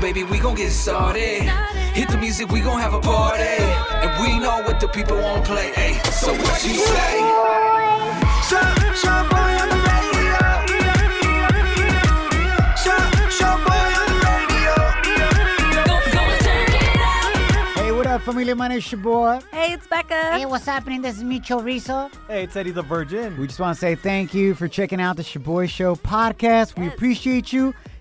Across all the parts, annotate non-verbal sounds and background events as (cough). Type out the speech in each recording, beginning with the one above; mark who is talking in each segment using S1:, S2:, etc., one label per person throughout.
S1: baby, we gon' get started. Hit the music, we gon' have a party. And we know what the people want play. Hey, so what you say?
S2: Hey, what up, family? My name's Shaboy.
S3: Hey, it's Becca.
S4: Hey, what's happening? This is Micho Rizzo.
S5: Hey, it's Eddie the Virgin.
S2: We just want to say thank you for checking out the Shaboy Show podcast. We
S3: Yes.
S2: appreciate you.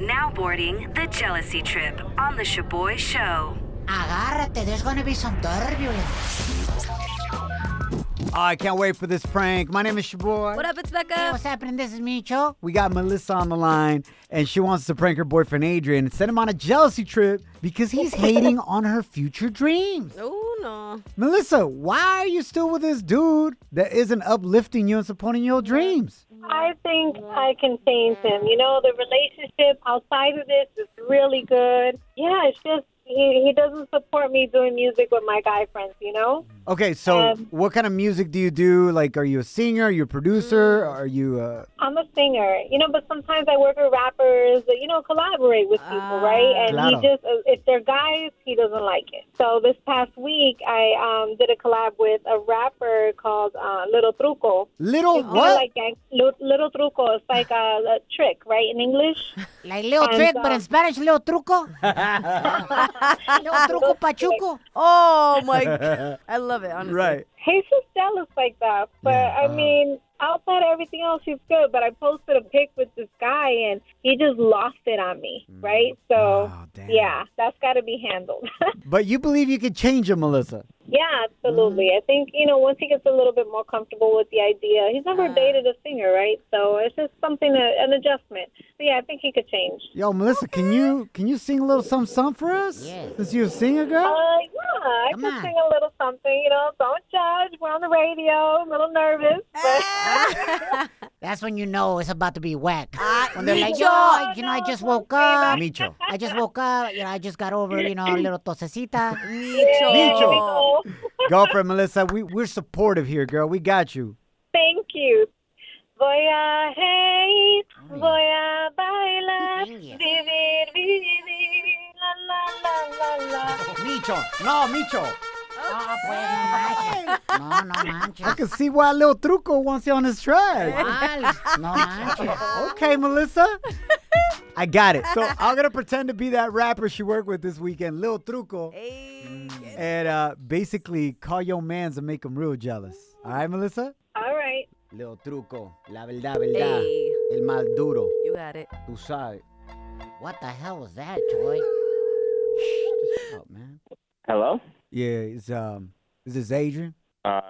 S6: Now boarding the jealousy trip on the Shaboy Show.
S4: Agárrate, there's gonna be some turbulence.
S2: Oh, I can't wait for this prank. My name is Shaboy.
S3: What up, it's
S4: Hey,
S3: Becca?
S4: what's happening? This is Micho.
S2: We got Melissa on the line, and she wants to prank her boyfriend Adrian and send him on a jealousy trip because
S4: (laughs)
S2: he's hating on her future dreams.
S3: Oh, no.
S2: Melissa, why are you still with this dude that isn't uplifting you and supporting your dreams?
S7: I think I can change him. You know, the relationship outside of this is really good. Yeah, it's just he, he doesn't support me doing music with my guy friends, you know?
S2: Okay, so
S7: Um,
S2: what kind of music do you do? Like, are you a singer? Are you a producer?
S4: Mm.
S2: Are you uh,
S7: I'm a singer, you know, but sometimes I work with rappers, you know, collaborate with people, right? And
S2: Ah. Claro.
S7: he just, if they're guys, he doesn't like it. So this past week, I um, did a collab with a rapper called uh, Little Truco.
S2: little
S7: It's kinda
S2: Oh, what?
S7: Like gang- Little, little Truco. It's like a, a trick, right, in
S2: (laughs)
S7: English?
S4: Like little
S7: And,
S4: trick, but
S7: uh,
S4: in Spanish, little truco. little truco pachuco.
S3: Oh, my God. I love it, honestly.
S5: Right.
S7: He's just jealous like that. But I
S4: uh.
S7: mean, outside of everything else, he's good. But I posted a pic with this guy, and he just lost it on me,
S4: Mm.
S7: right? So,
S2: Oh, damn.
S7: yeah, that's got to be handled. (laughs)
S2: But you believe you could change him, Melissa?
S7: yeah, absolutely.
S4: Mm.
S7: I think you know once he gets a little bit more comfortable with the idea, he's never dated a singer, right? So it's just something that, an adjustment. But yeah, I think he could change.
S2: Yo, Melissa, can you can you sing a little something, something for us?
S4: Yeah.
S2: Since you're a singer, girl.
S7: Uh, yeah, I
S4: Come
S7: could
S4: on.
S7: sing a little something, you know. Don't judge. We're on the radio. I'm a little nervous. But
S3: (laughs)
S4: That's when you know it's about to be whack.
S3: Ah,
S4: When they're like,
S3: Micho.
S4: yo,
S7: (laughs)
S4: I- you know, I just woke up.
S2: Micho.
S4: I just woke up. You know, I just got over, you know, a little tosecita.
S3: Micho.
S2: Micho. Girlfriend, Melissa, we, we're supportive here, girl. We got you.
S7: Thank you. Voy a hey, voy a bailar,
S4: India.
S7: vivir, vivir, la la la la la.
S2: Micho. No, Micho.
S4: No, pues, no manches. No, no
S2: I
S4: manches.
S2: can see why Lil Truco wants you on his track.
S4: Mal. No manches.
S2: Okay, Melissa. I got it. So I'm going to pretend to be that rapper she worked with this weekend, Lil Truco,
S3: Hey.
S2: and uh, basically call your mans and make them real jealous. All right, Melissa?
S7: All right.
S2: Lil Truco, la verdad, verdad.
S3: Hey.
S2: El mal duro,
S3: You got it.
S2: tú sabes.
S4: What the hell was that, Troy?
S2: up, man.
S8: Hello?
S2: Yeah, it's, um, is this Adrian?
S8: Uh,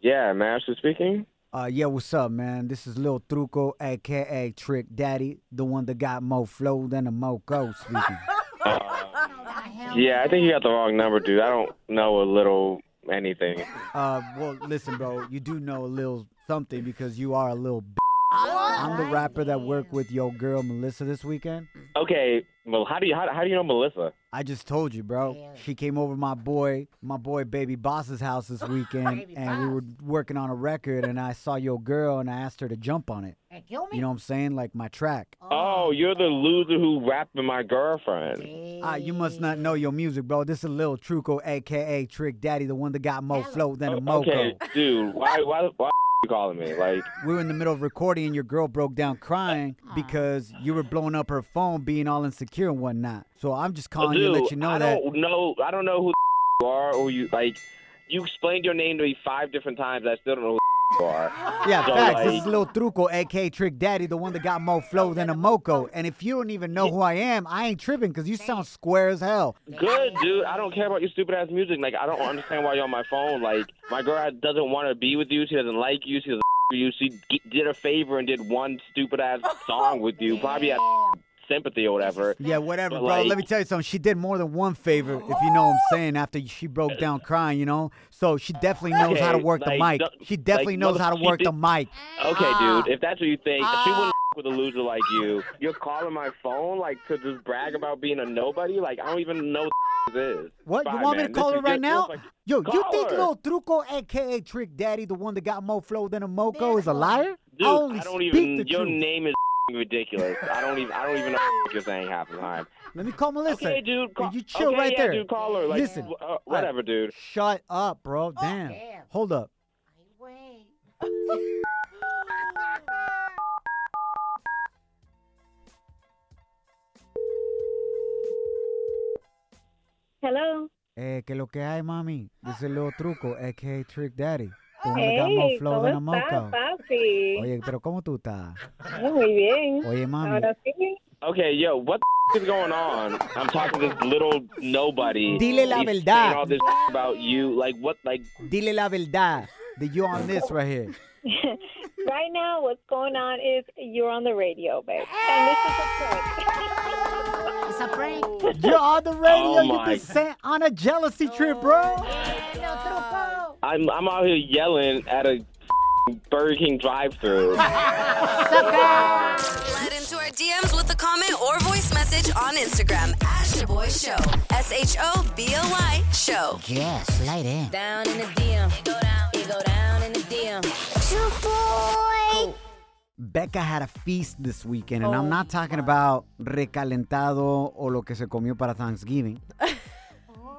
S8: yeah, Master speaking.
S2: Uh, yeah, what's up, man? This is Lil Truco, aka Trick Daddy, the one that got more flow than a moco
S4: (laughs)
S2: speaking.
S8: Yeah, I think you got the wrong number, dude. I don't know a little anything.
S2: uh, well, listen, bro, you do know a little something because you are a little. B- I'm the rapper that worked with your girl Melissa this weekend.
S8: Okay, well, how do you how, how do you know Melissa?
S2: I just told you, bro.
S4: Yeah.
S2: She came over my boy, my boy Baby Boss's house this weekend,
S4: Baby
S2: and we were working on a record, and I saw your girl, and I asked her to jump on it.
S4: Hey, kill me.
S2: You know what I'm saying? Like my track.
S8: Oh, you're the loser who rapped with my girlfriend.
S2: Ah, you must not know your music, bro. This is Lil Truco, aka Trick Daddy, the one that got more flow than a
S8: O-
S2: moco.
S8: Oh, Okay, dude, why why why you calling me? Like,
S2: We were in the middle of recording, and your girl broke down crying because you were blowing up her phone, being all insecure and whatnot. So I'm just calling
S8: dude,
S2: Oh, you to let you know
S8: I
S2: that.
S8: don't know. I don't know who the you are or you like. You explained your name to me five different times. I still don't know who the you are.
S2: Yeah,
S8: So,
S2: facts. This
S8: like-
S2: is Lil Truco, aka Trick Daddy, the one that got more flow than a moco. And if you don't even know who I am, I ain't tripping because you sound square as hell.
S8: Good, dude. I don't care about your stupid ass music. Like, I don't understand why you're on my phone. Like, my girl doesn't want to be with you. She doesn't like you. She doesn't f- you. She g- did a favor and did one stupid ass song with you. Probably a sympathy or whatever.
S2: Yeah, whatever,
S8: But,
S2: bro.
S8: like-
S2: Let me tell you something. She did more than one favor, if you know what I'm saying, after she broke down crying, you know? So she definitely knows how to
S8: Okay,
S2: work the mic.
S8: like, don't-
S2: She definitely
S8: like,
S2: knows how to
S8: motherfucker,
S2: work
S8: she
S2: the mic.
S8: Okay, dude, if that's what you think, she wouldn't with a loser like you. You're calling my phone like to just brag about being a nobody. Like I don't even know what this is.
S2: What? You
S8: Bye,
S2: want me to
S8: man.
S2: call
S8: This
S2: her
S8: is
S2: right
S8: just-
S2: now?
S8: like,
S2: Yo, you
S8: call
S2: think
S8: her.
S2: little Truco, aka Trick Daddy, the one that got more flow than a moco, is a liar?
S8: Dude,
S2: I only
S8: I don't
S2: speak
S8: even.
S2: the
S8: your
S2: truth.
S8: name is (laughs) ridiculous. I don't even. I don't even know what you're saying half the time.
S2: Let me call Melissa.
S8: Okay, dude. Call,
S2: you chill
S8: okay,
S2: right
S8: yeah,
S2: there.
S8: Dude, call her. Like,
S2: Listen.
S8: w- uh, whatever, dude.
S2: Shut up, bro. Damn.
S4: damn.
S2: Hold up.
S4: Wait.
S7: Hello.
S2: Eh, que lo que hay, mami. This is little Truco, aka Trick Daddy. The one that got more
S7: Hey,
S2: flow
S7: ¿cómo
S2: than a
S7: estás,
S2: moco.
S7: papi?
S2: Oye, pero ¿cómo tú estás?
S7: Ah, Muy bien.
S2: Oye, mami.
S7: Ahora sí.
S8: Okay, yo, what the f- is going on? I'm talking to this little nobody.
S2: Dile la
S8: He's
S2: verdad.
S8: saying all this about you. Like what? Like
S2: Dile la verdad that you're on this right
S7: (laughs)
S2: here.
S7: Right now, what's going on is you're on the radio, babe. And this is a prank. (laughs)
S4: It's a prank.
S2: You're on the radio.
S8: Oh
S2: You've
S8: my-
S2: been sent on a jealousy trip, bro.
S8: I'm I'm out here yelling at a f- Burger King
S9: (laughs)
S8: drive-through.
S6: Slide into our DMs with a comment or voice message on Instagram at Shaboy Show. S H O B O Y Show.
S4: Yeah, slide in.
S6: Down in the DM. It go down. It go down in the DM.
S2: Becca had a feast this weekend,
S7: Oh,
S2: and I'm not talking about recalentado o lo que se comió para Thanksgiving.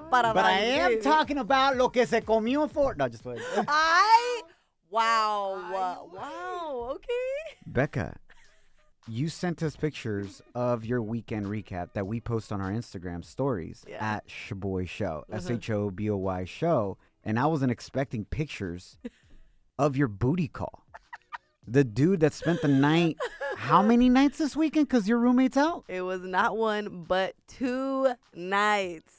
S3: Para
S2: But I am
S3: Thanksgiving.
S2: talking about lo que se comió for. No, just wait.
S3: I wow wow okay.
S2: Becca, you sent us pictures of your weekend recap that we post on our Instagram stories at Shaboy Show, S H O B O Y Show, and I wasn't expecting pictures of your booty call. The dude that spent the night, how many nights this weekend? Cause your roommate's out.
S3: It was not one but two nights.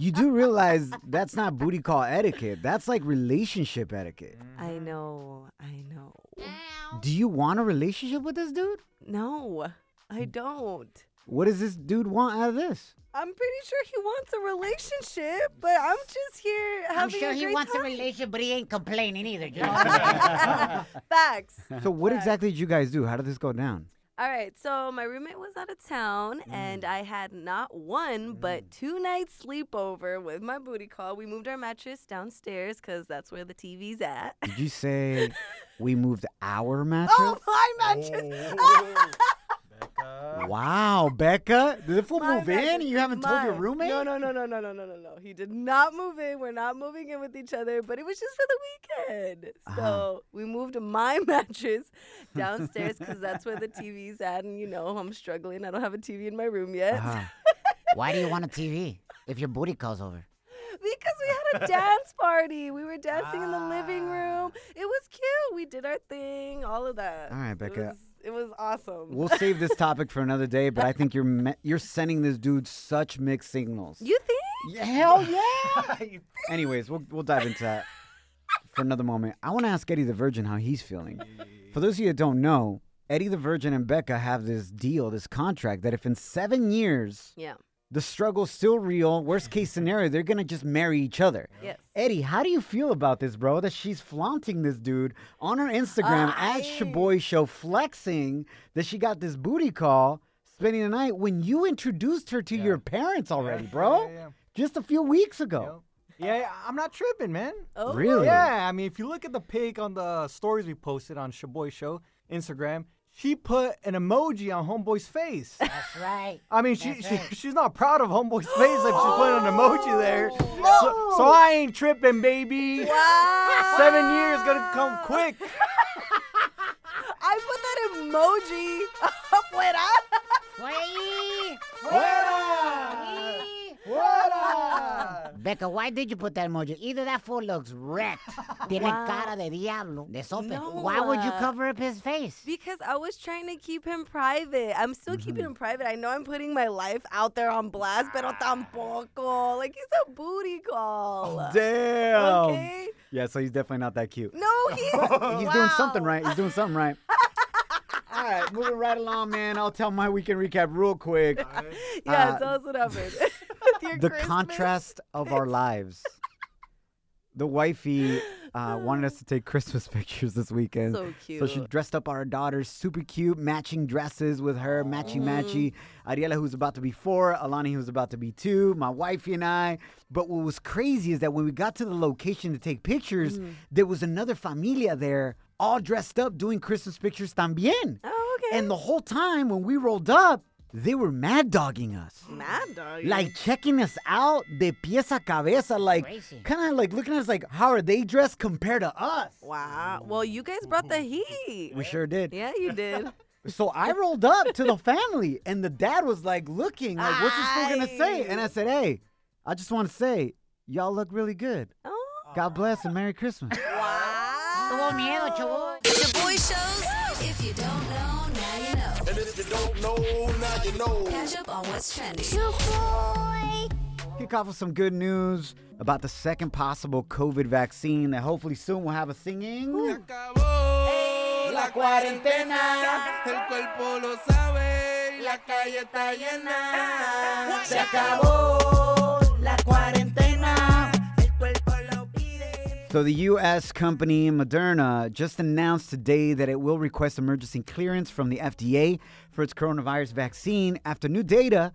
S2: You do realize that's not booty call etiquette. That's like relationship etiquette.
S3: I know. I know.
S2: Do you want a relationship with this dude?
S3: No, I don't.
S2: What does this dude want out of this?
S3: I'm pretty sure he wants a relationship, but I'm just here having
S4: I'm sure
S3: a
S4: he
S3: great
S4: wants
S3: time.
S4: a relationship, but he ain't complaining either. You know what I'm saying?
S3: (laughs) Facts.
S2: So what exactly did you guys do? How did this go down?
S3: All right, so my roommate was out of town, and I had not one but two nights sleepover with my booty call. We moved our mattress downstairs because that's where the TV's at. (laughs)
S2: Did you say we moved our
S3: oh,
S2: mattress?
S3: my mattress!
S2: Wow, Becca. Did the fool
S3: My
S2: move in
S3: mattress
S2: and you
S3: is
S2: haven't told your
S3: mine.
S2: roommate?
S3: No, no, no, no, no, no, no, no, no. He did not move in. We're not moving in with each other, but it was just for the weekend.
S2: Ah.
S3: So we moved my (laughs) mattress downstairs because that's where the TV's at. And you know, I'm struggling. I don't have a TV in my room yet.
S2: Uh-huh.
S4: Why do you want a TV if your booty calls over?
S3: because we had a dance party. We were dancing in the living
S2: Ah.
S3: room. It was cute. We did our thing, all of that.
S2: All right, Becca.
S3: It was, it was awesome.
S2: We'll save this topic for another day, but I think you're me- you're sending this dude such mixed signals.
S3: you think?
S2: Hell yeah!
S3: (laughs)
S2: Anyways, we'll we'll dive into that for another moment. I want to ask Eddie the Virgin how he's feeling. For those of you that don't know, Eddie the Virgin and Becca have this deal, this contract that if in seven years
S3: Yeah.
S2: the struggle's still real,
S5: (laughs)
S2: worst case scenario, they're gonna just marry each other.
S3: Yes.
S2: Eddie, how do you feel about this, bro? That she's flaunting this dude on her Instagram at Shaboy Show, flexing that she got this booty call, spending the night when you introduced her to your parents already, bro.
S5: yeah, yeah.
S2: Just a few weeks ago.
S5: Yeah, yeah, I'm not tripping, man.
S3: Oh.
S2: Really?
S5: Yeah, I mean, if you look at the pic on the stories we posted on Shaboy Show Instagram, she put an emoji on Homeboy's face.
S4: That's right.
S5: I mean, she, she she's not proud of Homeboy's face if she's putting
S3: (gasps)
S5: an emoji there. So, so I ain't tripping, baby.
S3: Wow.
S5: Seven years gonna come quick.
S3: I put that emoji (laughs) up when I.
S4: Wait.
S3: (laughs)
S5: Fuera! Fuera!
S4: Becca, why did you put that emoji? Either that fool looks (laughs) wrecked, tiene cara de diablo, de sope. Why would you
S3: No.
S4: cover up his face?
S3: Because I was trying to keep him private. I'm still
S2: Mm-hmm.
S3: keeping him private. I know I'm putting my life out there on blast, pero tampoco. Like, he's a booty call.
S2: Oh, Damn.
S3: Okay?
S2: Yeah, so (laughs) he's definitely not that cute.
S3: No, he's.
S2: He's doing something right. He's doing something right. (laughs) All right, moving right along, man. I'll tell my weekend recap real quick.
S3: (laughs) yeah,
S2: Uh,
S3: tell us what
S2: (laughs)
S3: happened. Your
S2: the
S3: Christmas-
S2: contrast of
S3: (laughs)
S2: our lives. The wifey uh, wanted us to take Christmas (laughs) pictures this weekend.
S3: So
S2: So she
S3: cute.
S2: dressed up our daughters, super cute, matching dresses with her, matchy matchy. Ariela, who's about to be four, Alani, who's about to be two, my wifey and I. But what was crazy is that when we got to the location to take pictures,
S3: Mm.
S2: there was another familia there, all dressed up, doing Christmas pictures también.
S3: Oh, okay.
S2: And the whole time when we rolled up, they were mad dogging us.
S3: mad dog.
S2: Like checking us out de pieza cabeza, like
S4: Crazy.
S2: kind of like looking at us like, how are they dressed compared to us?
S3: wow. Well, you guys brought the heat.
S2: We sure did.
S3: Yeah,
S2: (laughs)
S3: you did.
S2: So I rolled up to the family, and the dad was like looking, like, what's he still gonna say? And I said, hey, I just want to say, y'all look really good.
S3: Oh.
S2: God bless and Merry Christmas.
S4: Tuvo miedo, chavo.
S6: The boy shows. If you don't know, now you know. And if you don't know, now you know. Catch up on what's trending.
S2: Kick off with some good news about the second possible COVID vaccine that hopefully soon we'll have a singing. So the U.S. company Moderna just announced today that it will request emergency clearance from the FDA for its coronavirus vaccine after new data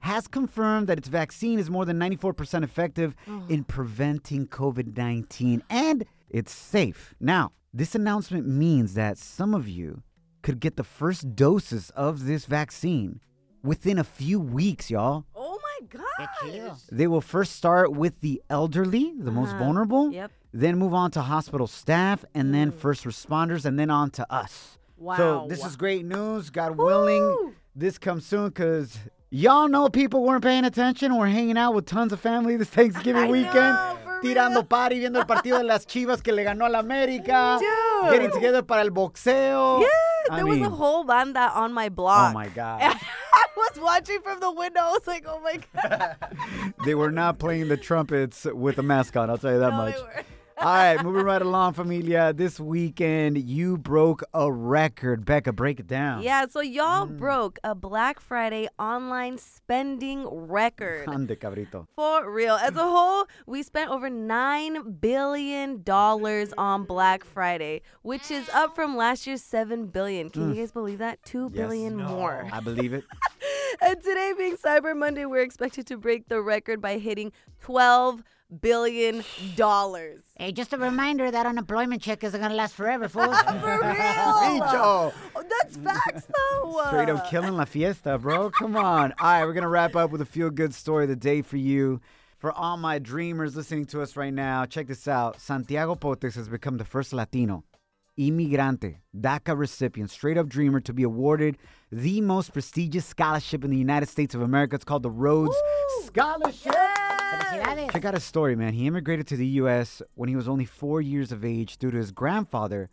S2: has confirmed that its vaccine is more than 94% effective in preventing COVID-19 and it's safe. Now, this announcement means that some of you could get the first doses of this vaccine within a few weeks, y'all.
S3: Oh my
S4: Qué
S3: god.
S4: chido.
S2: They will first start with the elderly, the most
S3: Uh-huh.
S2: vulnerable.
S3: Yep. Mm.
S2: Then move on to hospital staff, and then first responders, and then on to us. So
S3: Wow.
S2: this is great news. God willing, this comes soon because y'all know people weren't paying attention. We're hanging out with tons of family this Thanksgiving
S3: (laughs) I
S2: weekend,
S3: know, for
S2: tirando party, viendo el partido de las Chivas que le ganó a la
S3: (laughs)
S2: América,
S3: Dude.
S2: getting together para el boxeo.
S3: Yeah,
S2: I
S3: there
S2: mean,
S3: was a whole banda on my
S2: Oh
S3: block. (laughs)
S2: my God.
S3: I was watching from the window. I was like, oh
S2: (laughs)
S3: my god.
S2: they were not playing the trumpets with a mask on, I'll tell you that
S3: No, they
S2: much.
S3: were.
S2: (laughs) All right, moving right along, familia. This weekend, you broke a record. Becca, break it down.
S3: Yeah, so y'all
S2: Mm.
S3: broke a Black Friday online spending record.
S2: Ande, cabrito.
S3: For real.
S2: (laughs)
S3: As a whole, we spent over $9 billion on Black Friday, which is up from last year's $7 billion. Can you guys believe that? Two
S2: Mm. Yes.
S3: billion more.
S2: I believe it.
S3: And today, being Cyber Monday, we're expected to break the record by hitting $12 billion. For
S4: Hey, just a reminder that unemployment check isn't gonna last forever, fools. (laughs)
S2: (laughs)
S3: real.
S2: Bicho.
S3: (laughs) Oh, That's facts, though.
S2: Straight up killing la fiesta, bro. Come on. All right, we're going to wrap up with a feel good story of the day for you. For all my dreamers listening to us right now, check this out. Santiago Potes has become the first Latino immigrante, DACA recipient, straight up dreamer to be awarded the most prestigious scholarship in the United States of America. It's called the Rhodes Scholarship.
S4: Felicidades.
S2: Check out his story, man. He immigrated to the U.S. when he was only four years of age due to his grandfather,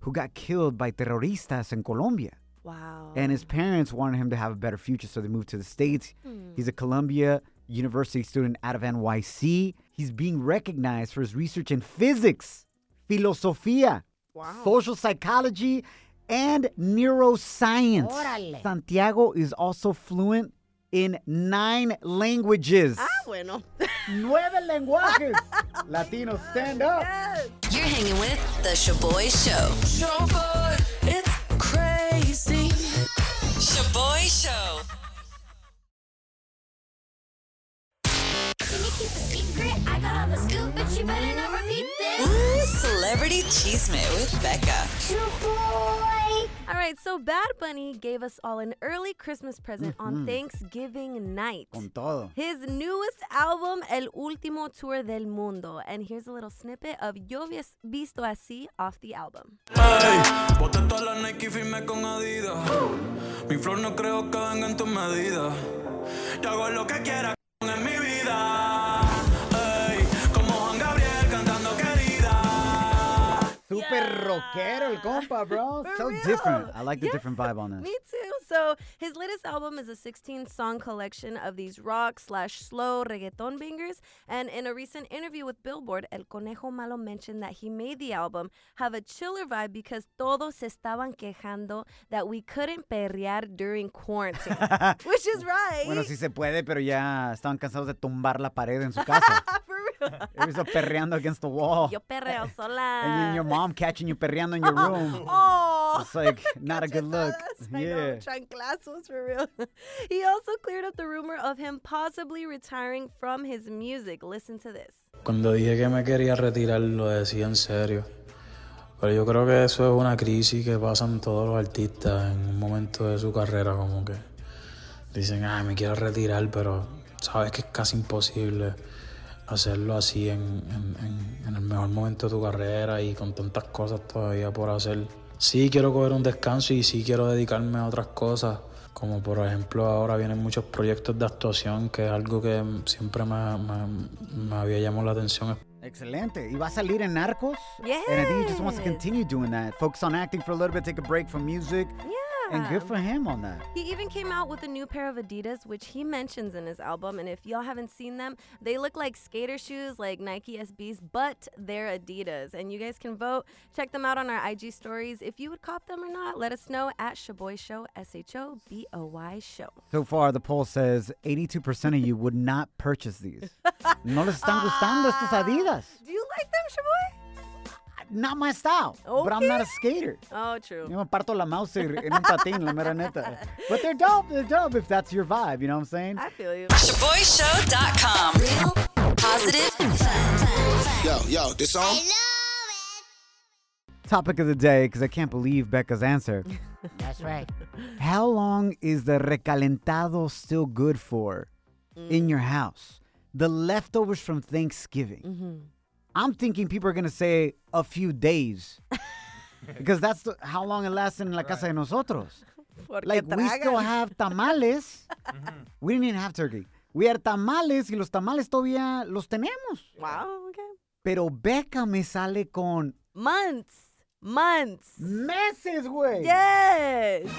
S2: who got killed by terroristas in Colombia.
S3: Wow.
S2: And his parents wanted him to have a better future, so they moved to the States.
S3: Hmm.
S2: He's a Columbia University student out of NYC. He's being recognized for his research in physics, filosofia, social psychology, and neuroscience.
S4: Órale.
S2: Santiago is also fluent in nine languages.
S3: Ah, bueno.
S2: Nueve lenguajes.
S3: (laughs)
S2: Latinos, stand up.
S6: You're hanging with The Shaboy Show. Shaboy, it's crazy. Shaboy Show. Ooh, Celebrity Cheesemate with Becca.
S3: All right, so Bad Bunny gave us all an early Christmas present
S2: Mm-hmm.
S3: on Thanksgiving night.
S2: Con todo.
S3: His newest album, El Último Tour del Mundo. And here's a little snippet of Yo Vis- Visto Así off the album.
S10: Ey, boté todas las Nike y firmé con Adidas. Mi flor no creo que venga en tus medidas. Yo hago lo que quiera c***, en mi vida. Ey, como Juan Gabriel cantando querida.
S2: Super rockero el compa, bro. so
S3: real.
S2: different. I like the
S3: Yeah.
S2: different vibe on this.
S3: Me too. So his latest album is a 16 song collection of these rock slash slow reggaeton bangers. And in a recent interview with Billboard, El Conejo Malo mentioned that he made the album have a chiller vibe because todos se estaban quejando that we couldn't perrear
S2: (laughs)
S3: during quarantine, which is right.
S2: Bueno, sí se puede, pero ya estaban cansados de tumbar la pared en su
S3: (laughs)
S2: casa.
S3: (laughs) For real.
S2: (laughs) Ellos perreando against the wall.
S3: Yo perreo sola.
S2: And then your mom catching you perreando
S3: (laughs)
S2: in your room.
S3: Oh.
S2: It's
S3: (laughs)
S2: like not a good look.
S3: Cachetadas. I know,
S2: Yeah.
S3: chanclazos for real. (laughs) he also cleared up the rumor of him possibly retiring from his music. Listen to this.
S11: Cuando dije que me quería retirar, lo decía en serio. Pero yo creo que eso es una crisis que pasan todos los artistas en un momento de su carrera, como que dicen, ay, me quiero retirar, pero sabes que es casi imposible hacerlo así en, en- en- en el mejor momento de tu carrera y con tantas cosas todavía por hacer. Sí quiero coger un descanso y sí quiero dedicarme a otras cosas, como por ejemplo ahora vienen muchos proyectos de actuación, que es algo que siempre me, me- me había llamado la atención,
S2: Excelente. Y va a salir en Narcos.
S3: Yes.
S2: And I think he just wants to continue doing that. Focus on acting for a little bit, take a break from music.
S3: Yeah.
S2: And good for him on that.
S3: He even came out with a new pair of Adidas, which he mentions in his album. And if y'all haven't seen them, they look like skater shoes, like Nike SBs, but they're Adidas. And you guys can vote. Check them out on our IG stories. If you would cop them or not, let us know at Shaboy Show, S H O B O Y Show.
S2: So far, the poll says 82% of you would not purchase these. No les están
S3: Ah.
S2: gustando estos Adidas.
S3: Do you like them, Shaboy?
S2: Not my style. But I'm not a skater.
S3: Oh, true.
S2: Yo me parto la mouse en un patín, la mera neta. But they're dope. They're dope if that's your vibe. You know what I'm saying?
S3: I
S2: (laughs)
S3: feel you.
S6: ShaboyShow.com. Real, positive,
S12: Yo, yo, this song?
S2: Topic of the day, because I can't believe Becca's answer.
S4: That's right.
S2: How long is the recalentado still good for in your house? The leftovers from Thanksgiving. I'm thinking people are going to say a few days. because that's the, how long it lasts in La Casa de Nosotros.
S3: Porque
S2: Like, we still
S3: tragan.
S2: have tamales. we didn't even have turkey. We had tamales, y los tamales todavía los tenemos.
S3: Wow, okay.
S2: Pero Becca me sale con
S3: Months. Months.
S2: meses, güey.
S3: Yes.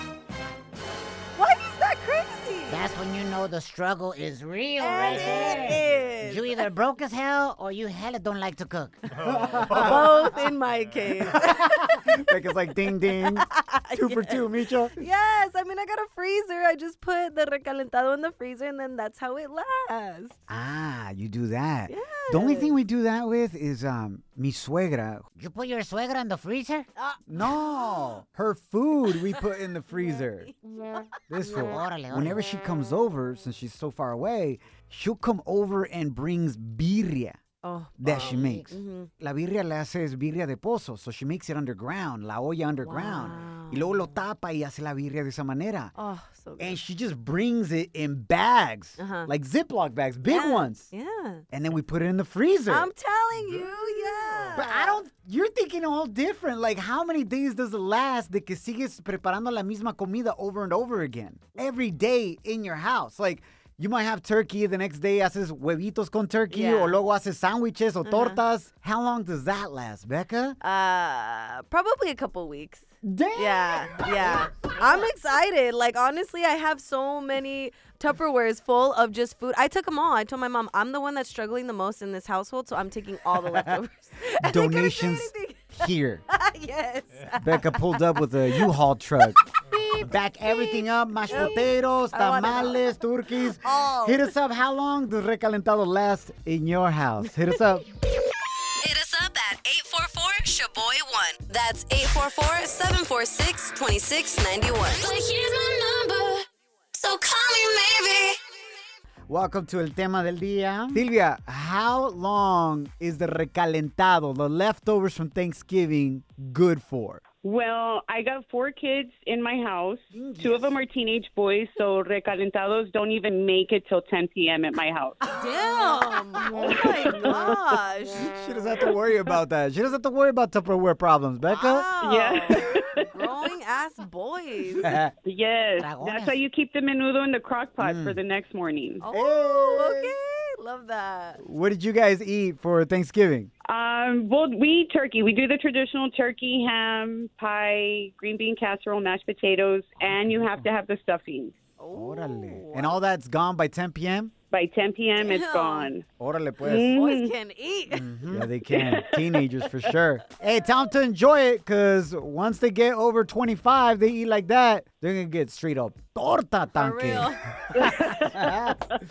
S3: Why is that crazy?
S4: That's when you know the struggle is real right
S3: And
S4: there.
S3: it
S4: You
S3: is.
S4: either broke as hell or you hella don't like to cook.
S3: Both in my case.
S2: (laughs)
S3: (laughs)
S2: Becca's like, ding, (laughs) ding. Two for two, Micho.
S3: yes, I mean, I got a freezer. I just put the recalentado in the freezer, and then that's how it lasts.
S2: Ah, you do that. The only thing we do that with is um mi suegra.
S4: You put your suegra in the freezer?
S2: No, her food we put in the freezer. This fool.
S4: Órale,
S2: Whenever she comes over, since she's so far away, she'll come over and brings birria
S3: Oh, Mm-hmm.
S2: that she makes. La birria le hace es birria de pozo, so she makes it underground, la olla underground. Y luego lo tapa y hace la birria de esa manera.
S3: oh, so good.
S2: And she just brings it in bags,
S3: Uh-huh.
S2: like Ziploc bags, big
S3: Yeah,
S2: ones.
S3: Yeah.
S2: And then we put it in the freezer.
S3: I'm telling you, yeah.
S2: But I don't. You're thinking all different. Like, how many days does it last de que sigues preparando la misma comida over and over again every day in your house? Like, you might have turkey. The next day, haces huevitos con turkey,
S3: Yeah. Mm-hmm.
S2: or luego haces sándwiches o tortas. How long does that last, Becca?
S3: Uh, probably a couple weeks.
S2: Damn.
S3: Yeah, yeah. I'm excited. Like honestly, I have so many Tupperwares full of just food. I took them all. I told my mom I'm the one that's struggling the most in this household, so I'm taking all the leftovers. (laughs) And they couldn't say
S2: Donations
S3: (laughs)
S2: here.
S3: anything. yes.
S2: (laughs) Becca pulled up with a U-Haul
S3: (laughs)
S2: truck. Back everything up, mashed potatoes,
S3: I wanna know. (laughs)
S2: tamales, turkeys.
S3: Oh.
S2: Hit us up. How long does recalentado last in your house? Hit us
S3: (laughs)
S2: up.
S6: Hit us up at 844-SHABOY1. That's 844-746-2691. here's my number, so call me maybe.
S2: Welcome to El Tema del Día. Silvia, how long is the recalentado, the leftovers from Thanksgiving, good for?
S13: Well, I got four kids in my house. Two of them are teenage boys, so recalentados don't even make it till 10 p.m. at my house.
S3: Damn. Oh my gosh.
S2: She doesn't have to worry about that. She doesn't have to worry about Tupperware problems, Becca.
S3: Wow.
S13: Yeah.
S3: (laughs) Growing ass boys.
S13: (laughs) Yes,
S4: Dragones.
S2: Mm.
S13: that's why you keep the menudo in the crock pot for the next morning.
S3: Oh, okay. Love that.
S2: What did you guys eat for Thanksgiving?
S13: Um, well, we eat turkey. We do the traditional turkey, ham, pie, green bean casserole, mashed potatoes, and you have to have the stuffing.
S2: Órale. And all that's gone by 10 p.m.?
S13: By 10 p.m., it's gone. Mm-hmm.
S2: Órale, pues. Mm-hmm.
S3: Boys can eat.
S2: Yeah, they can. Teenagers for sure. Hey, tell them to enjoy it because once they get over 25, they eat like that, they're going to get straight up torta (laughs)
S3: (laughs)
S2: tanque.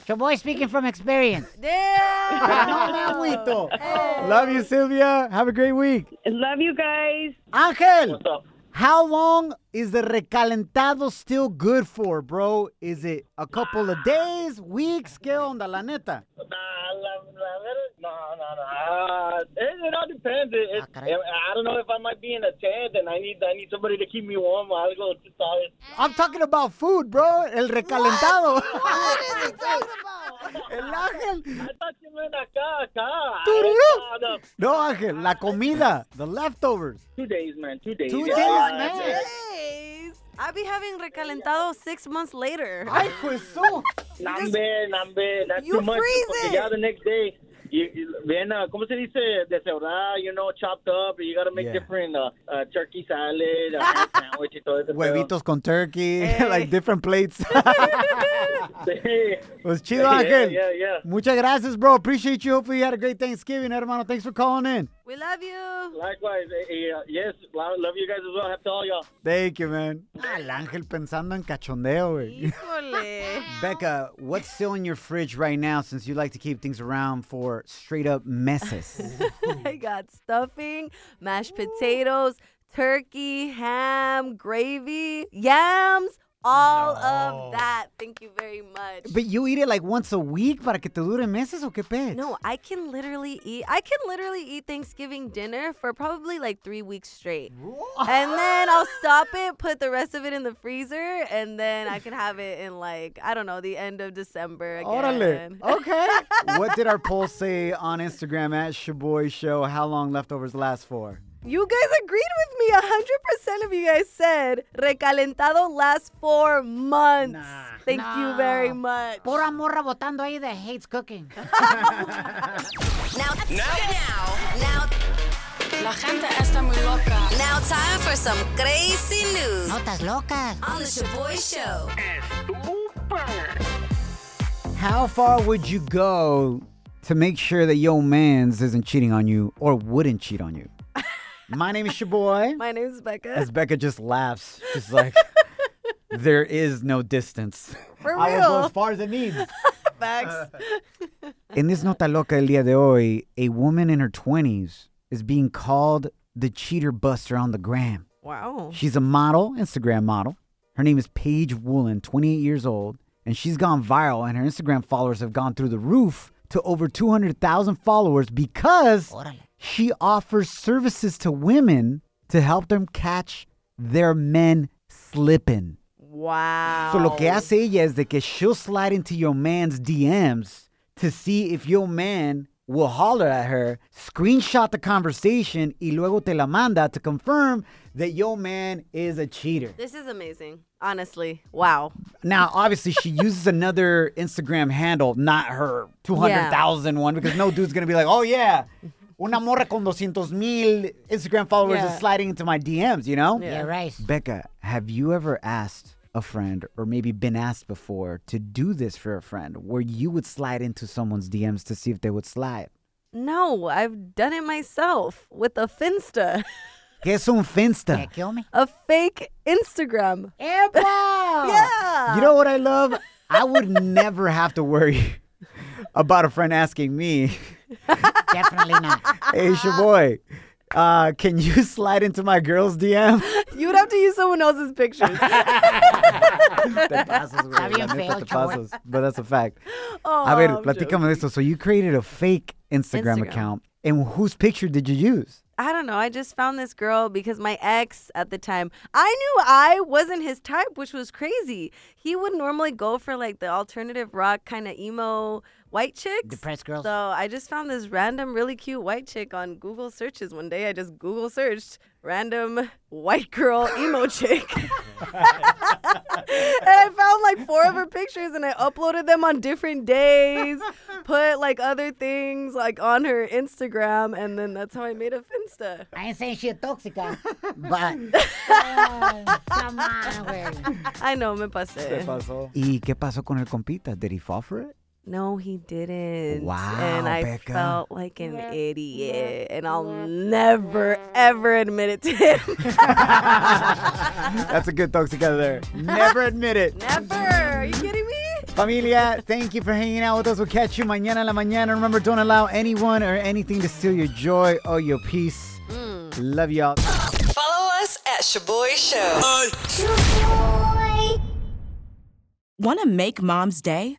S4: Your boy speaking from experience.
S3: Damn.
S2: Love you, Sylvia. Have a great week.
S13: Love you guys.
S2: Angel. What's up? How long is the recalentado still good for, bro? Is it a couple of days, weeks? ¿Qué onda, la neta?
S9: Uh, it, it all depends. It, it,
S8: Ah,
S9: I don't know if I might be in a tent and I need I need somebody to keep me warm. I'll go to solid.
S2: I'm talking about food, bro. El recalentado. El
S9: I thought you meant acá, acá. No,
S2: Tururú.
S9: no.
S2: No, Ángel, la comida, the leftovers.
S9: Two days, man. Two days.
S2: Two
S9: Yeah,
S2: days,
S9: yeah,
S2: man.
S9: yeah.
S3: I be having recalentado six months later.
S2: I quit so.
S9: Nambe, nambe. That's
S3: You
S9: too much.
S3: freeze
S9: Porque
S3: it.
S9: ya the next day, you, you, then, uh, ¿cómo se dice? Deshebrada, you know, chopped up. You gotta make
S2: Yeah.
S9: different uh, uh, turkey salad, uh,
S2: (laughs)
S9: ham sandwich y todo eso.
S2: Huevitos con turkey, (laughs) like different
S9: (laughs)
S2: plates. (laughs)
S9: Sí.
S2: Was chido,
S9: Yeah,
S2: Ángel.
S9: yeah, yeah.
S2: Muchas gracias, bro. Appreciate you. Hopefully you had a great Thanksgiving, hermano. Thanks for calling in.
S3: We love you.
S9: Likewise. eh, eh, uh, yes, lo- love you guys as well. Have to all y'all.
S2: Thank you, man. Al Ángel pensando en cachondeo, güey. Becca, what's still in your fridge right now since you like to keep things around for straight up messes?
S3: (laughs) I got stuffing, mashed potatoes, turkey, ham, gravy, yams, all of that. Thank you very much.
S2: but you eat it like once a week para que te dure meses o qué pez?
S3: No, I can literally eat. I can literally eat Thanksgiving dinner for probably like three weeks straight,
S2: Ah,
S3: and then I'll stop it, put the rest of it in the freezer, and then I can have it in like I don't know the end of December again.
S2: Órale. Okay. what did our poll say on Instagram at Shaboy Show? How long leftovers last for?
S3: You guys agreed with me. hundred percent of you guys said recalentado lasts four months. Thank you very much.
S4: Pura morra votando ahí that hates cooking.
S6: Now, now, now, now. La gente está muy loca. Now, time for some crazy news.
S4: Notas locas.
S6: On the Shaboy Show.
S2: How far would you go to make sure that your man's isn't cheating on you or wouldn't cheat on
S3: (laughs)
S2: you? My name is Shaboy.
S3: My name's
S2: (laughs)
S3: Becca. (laughs)
S2: As Becca just laughs, she's like, there is no distance.
S3: For real.
S5: I will go as far as it needs.
S3: Facts.
S2: In this nota loca el día de hoy, a woman in her 20s is being called the cheater buster on the gram.
S3: Wow.
S2: She's a model, Instagram model. Her name is Paige Woolen, 28 years old, and she's gone viral, and her Instagram followers have gone through the roof to over 200,000 followers because she offers services to women to help them catch their men slipping.
S3: Wow.
S2: So lo que hace ella es de que she'll slide into your man's DMs to see if your man will holler at her, screenshot the conversation, y luego te la manda to confirm that your man is a cheater.
S3: This is amazing. Honestly, wow.
S2: Now, obviously, she uses another Instagram handle, not her 200,000 one, because no dude's gonna be like, oh yeah, una morra con 200 mil Instagram followers
S4: Yeah.
S2: is sliding into my DMs, you know?
S4: Yeah, (laughs) right.
S2: Becca, have you ever asked a friend or maybe been asked before to do this for a friend where you would slide into someone's DMs to see if they would slide?
S3: No, I've done it myself with a Finsta, (laughs)
S2: Que es un finsta.
S4: Kill me.
S3: a fake Instagram.
S4: Oh. (laughs)
S3: yeah.
S2: You know what I love? I would never have to worry (laughs) about a friend asking me,
S4: Definitely not.
S2: hey, Shaboy, uh, can you slide into my girl's DM?
S3: You would have to use someone else's pictures.
S2: Te pasas, güey.
S4: Está bien
S2: La neta,
S4: feo,
S2: te
S4: chaval.
S2: pasas. But that's a fact.
S3: Oh,
S2: a ver,
S3: I'm
S2: platícame de esto. So you created a fake Instagram,
S3: Instagram.
S2: account. And whose picture did you use?
S3: I don't know. I just found this girl because my ex at the time, I knew I wasn't his type, which was crazy. He would normally go for like the alternative rock kind of emo white chicks.
S4: Depressed girls.
S3: So I just found this random, really cute white chick on Google searches one day. I just Google searched random white girl emo chick. (laughs) and I found like four of her pictures and I uploaded them on different days, put like other things like on her Instagram, and then that's how I made a Finsta.
S4: I ain't saying she a toxica, but uh, come on,
S3: I know, me pasé.
S2: ¿Y qué pasó con el compita? ¿Did he fall for it?
S3: No, he didn't.
S2: Wow,
S3: and I
S2: Becca.
S3: felt like an idiot, and I'll never ever admit it to him.
S2: (laughs) That's a good toxica there. Never admit it.
S3: Never. Are you kidding me?
S2: Familia, thank you for hanging out with us. We'll catch you mañana en la mañana. Remember, don't allow anyone or anything to steal your joy or your peace. Love y'all.
S6: Follow us at Shaboy Show.
S14: Want to make mom's day?